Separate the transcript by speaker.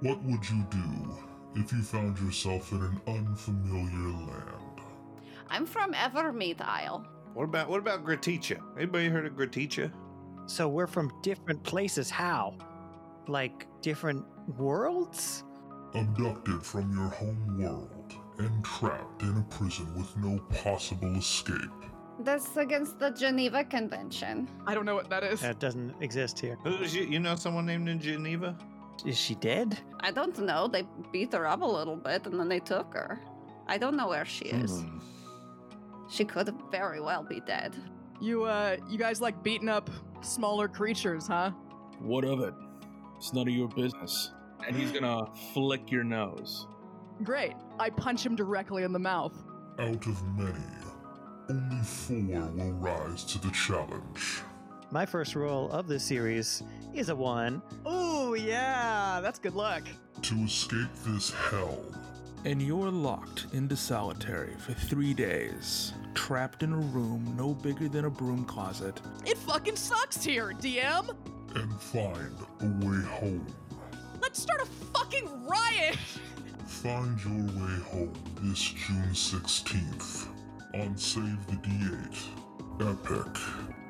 Speaker 1: What would you do if you found yourself in an unfamiliar land?
Speaker 2: I'm from Evermead Isle.
Speaker 3: What about what about Gratitia? Anybody heard of Gratitia?
Speaker 4: So we're from different places. How? Like different worlds?
Speaker 1: Abducted from your home world and trapped in a prison with no possible escape.
Speaker 2: That's against the Geneva Convention.
Speaker 5: I don't know what that is.
Speaker 4: That doesn't exist here.
Speaker 3: Who's you? You know someone named in Geneva?
Speaker 4: Is she dead?
Speaker 2: I don't know. They beat her up a little bit and then they took her. I don't know where she is.
Speaker 3: Hmm.
Speaker 2: She could very well be dead.
Speaker 5: You uh you guys like beating up smaller creatures, huh?
Speaker 6: What of it? It's none of your business. And he's gonna flick your nose.
Speaker 5: Great. I punch him directly in the mouth.
Speaker 1: Out of many, only four will rise to the challenge.
Speaker 4: My first roll of this series is a one.
Speaker 5: Ooh, yeah, that's good luck.
Speaker 1: To escape this hell,
Speaker 7: And you're locked into solitary for three days, trapped in a room no bigger than a broom closet.
Speaker 5: It fucking sucks here, DM.
Speaker 1: and find a way home.
Speaker 5: Let's start a fucking riot.
Speaker 1: Find your way home this June 16th on Save the D8. Epic.